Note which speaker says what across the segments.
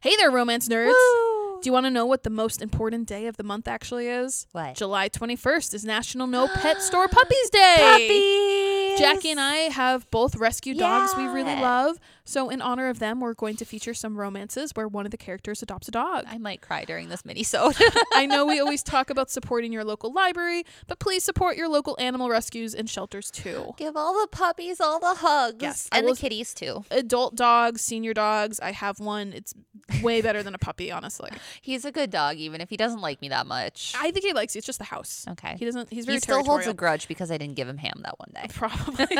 Speaker 1: Hey there, romance nerds.
Speaker 2: Woo.
Speaker 1: Do you want to know what the most important day of the month actually is?
Speaker 2: What?
Speaker 1: July 21st is National No Pet Store Puppies Day.
Speaker 2: Puppies.
Speaker 1: Jackie and I have both rescue dogs we really
Speaker 2: Yeah.
Speaker 1: love. So, in honor of them, we're going to feature some romances where one of the characters adopts a dog.
Speaker 2: I might cry during this mini-sode.
Speaker 1: I know we always talk about supporting your local library, but please support your local animal rescues and shelters too.
Speaker 2: Give all the puppies all the hugs.
Speaker 1: Yes, I
Speaker 2: And
Speaker 1: will-
Speaker 2: the kitties too.
Speaker 1: Adult dogs, senior dogs, I have one. It's way better than a puppy, honestly.
Speaker 2: He's a good dog, even if he doesn't like me that much.
Speaker 1: I think he likes you. It's just the house.
Speaker 2: Okay.
Speaker 1: He doesn't, he's very
Speaker 2: he still holds a
Speaker 1: territorial.
Speaker 2: grudge because I didn't give him ham that one day.
Speaker 1: Probably.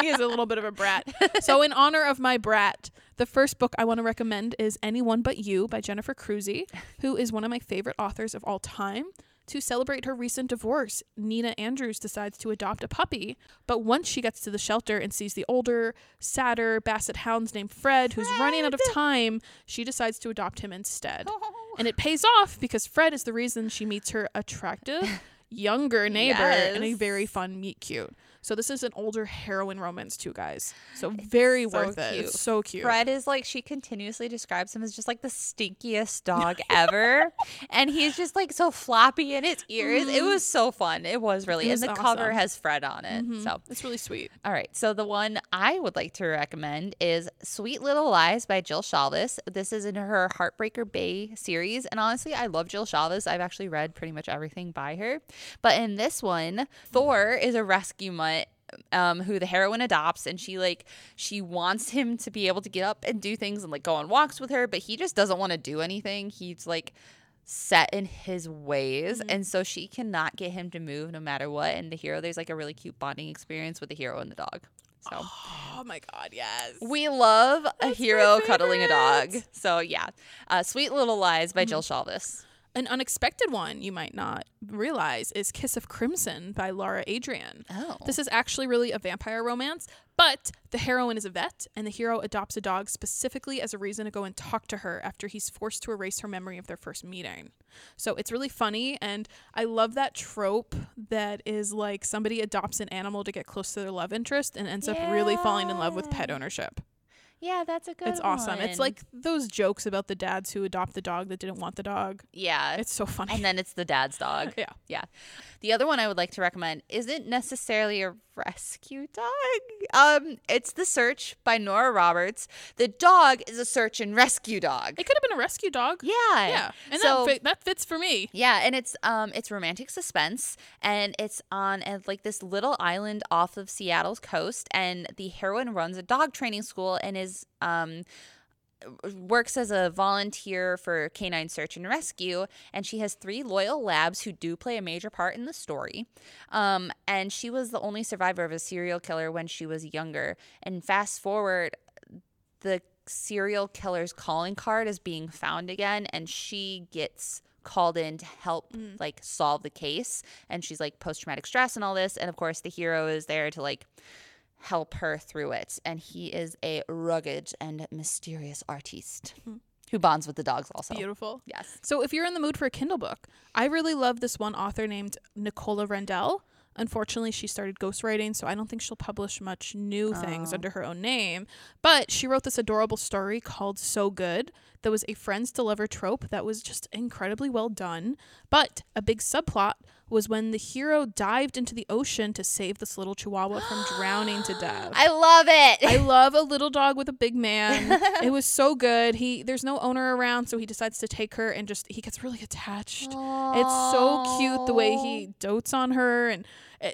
Speaker 1: he is a little bit of a brat. So, in honor of my brat, the first book I want to recommend is Anyone But You by Jennifer Cruzy, who is one of my favorite authors of all time. To celebrate her recent divorce, Nina Andrews decides to adopt a puppy. But once she gets to the shelter and sees the older, sadder basset hounds named Fred, who's running out of time, she decides to adopt him instead. And it pays off because Fred is the reason she meets her attractive, younger neighbor and a
Speaker 2: Yes.
Speaker 1: very fun meet cute. So this is an older heroine romance too, guys. So very
Speaker 2: so
Speaker 1: worth it.
Speaker 2: cute.
Speaker 1: It's so cute.
Speaker 2: Fred is like she continuously describes him as just like the stinkiest dog ever, and he's just like so floppy in his ears. It was so fun. Mm-hmm. It was Mm-hmm. really,
Speaker 1: It was
Speaker 2: and the cover
Speaker 1: awesome.
Speaker 2: has Fred on it. So,
Speaker 1: It's really sweet.
Speaker 2: all right. So the one I would like to recommend is "Sweet Little Lies" by Jill Shalvis. This is in her Heartbreaker Bay series, and honestly, I love Jill Shalvis. I've actually read pretty much everything by her, but in this one, Thor is a rescue mutt um, who the heroine adopts, and she like she wants him to be able to get up and do things and like go on walks with her, but he just doesn't want to do anything. He's like set in his ways, and so she cannot get him to move no matter what. And the hero, there's like a really cute bonding experience with the hero and the dog. So
Speaker 1: Oh my god, yes.
Speaker 2: we love a hero cuddling a dog.
Speaker 1: favorite.
Speaker 2: So yeah, uh, "Sweet Little Lies" by Jill Shalvis.
Speaker 1: An unexpected one you might not realize is Kiss of Crimson by Laura Adrian.
Speaker 2: Oh,
Speaker 1: This is actually really a vampire romance, but the heroine is a vet, and the hero adopts a dog specifically as a reason to go and talk to her after he's forced to erase her memory of their first meeting. So it's really funny, and I love that trope that is like somebody adopts an animal to get close to their love interest and ends up really falling in love with pet ownership.
Speaker 2: yeah, that's a good.
Speaker 1: it's awesome. It's
Speaker 2: one.
Speaker 1: like those jokes about the dads who adopt the dog that didn't want the dog.
Speaker 2: yeah,
Speaker 1: It's so funny.
Speaker 2: and then it's the dad's dog.
Speaker 1: yeah.
Speaker 2: Yeah. The other one I would like to recommend isn't necessarily a rescue dog. Um, it's The Search by Nora Roberts. The dog is a search and rescue dog.
Speaker 1: It could have been a rescue dog.
Speaker 2: Yeah.
Speaker 1: Yeah. And
Speaker 2: so,
Speaker 1: that, fit, that fits for me.
Speaker 2: yeah, and it's um it's romantic suspense and it's on a, like this little island off of Seattle's coast and the heroine runs a dog training school and is um works as a volunteer for canine search and rescue and she has three loyal labs who do play a major part in the story um, and she was the only survivor of a serial killer when she was younger and fast forward the serial killer's calling card is being found again and she gets called in to help like solve the case and she's like post-traumatic stress and all this and of course the hero is there to like help her through it. And he is a rugged and mysterious artiste who bonds with the dogs also.
Speaker 1: Beautiful.
Speaker 2: Yes.
Speaker 1: So if you're in the mood for a Kindle book, I really love this one author named Nicola Rendell. Unfortunately, she started ghostwriting, so I don't think she'll publish much new things under her own name. But she wrote this adorable story called So Good that was a friends to lover trope that was just incredibly well done. But a big subplot was when the hero dived into the ocean to save this little chihuahua from drowning to death.
Speaker 2: I love it.
Speaker 1: I love a little dog with a big man. it was so good. He there's no owner around, so he decides to take her and just he gets really attached. It's so cute the way he dotes on her and uh,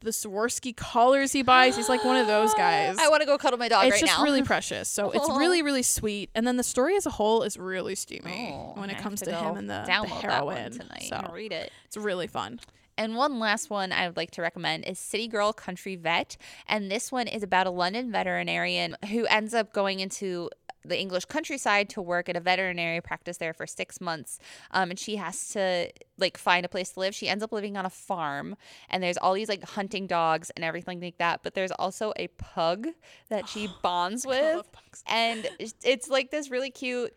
Speaker 1: the Swarovski collars he buys. He's like one of those guys.
Speaker 2: I want to go cuddle my dog
Speaker 1: it's
Speaker 2: right
Speaker 1: just
Speaker 2: now.
Speaker 1: really precious. So it's really, really sweet. And then the story as a whole is really steamy
Speaker 2: Oh,
Speaker 1: when
Speaker 2: I
Speaker 1: it
Speaker 2: have
Speaker 1: comes to,
Speaker 2: go
Speaker 1: him and the, the
Speaker 2: download that one
Speaker 1: heroine.
Speaker 2: tonight. and
Speaker 1: So
Speaker 2: read it.
Speaker 1: it's really fun.
Speaker 2: And one last one I would like to recommend is City Girl Country Vet. And this one is about a London veterinarian who ends up going into the English countryside to work at a veterinary practice there for six months. Um, and she has to like find a place to live. She ends up living on a farm and there's all these like hunting dogs and everything like that. But there's also a pug that she bonds with.
Speaker 1: love pugs.
Speaker 2: And it's- it's like this really cute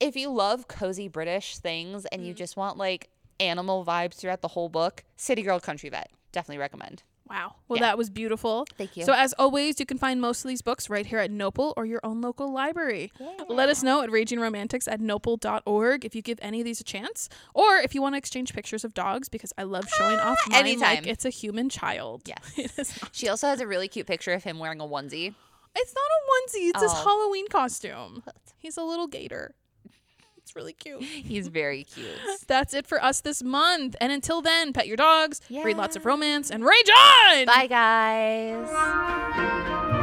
Speaker 2: if you love cozy British things and you just want like animal vibes throughout the whole book, City Girl Country Vet. Definitely recommend.
Speaker 1: Wow. Well,
Speaker 2: Yeah.
Speaker 1: that was beautiful.
Speaker 2: Thank you.
Speaker 1: So, as always, you can find most of these books right here at Nopal or your own local library. Let us know at ragingromantics at nopal.org if you give any of these a chance, or if you want to exchange pictures of dogs because I love showing off mine
Speaker 2: Ah, anytime.
Speaker 1: like it's a human child.
Speaker 2: Yes.
Speaker 1: it is not,
Speaker 2: she also has a really cute picture of him wearing a onesie.
Speaker 1: it's not a onesie. It's his
Speaker 2: Oh.
Speaker 1: Halloween costume. He's a little gator. It's really cute.
Speaker 2: He's very cute.
Speaker 1: That's it for us this month. And until then, pet your dogs, read lots of
Speaker 2: Yeah.
Speaker 1: romance, and rage on!
Speaker 2: Bye, guys.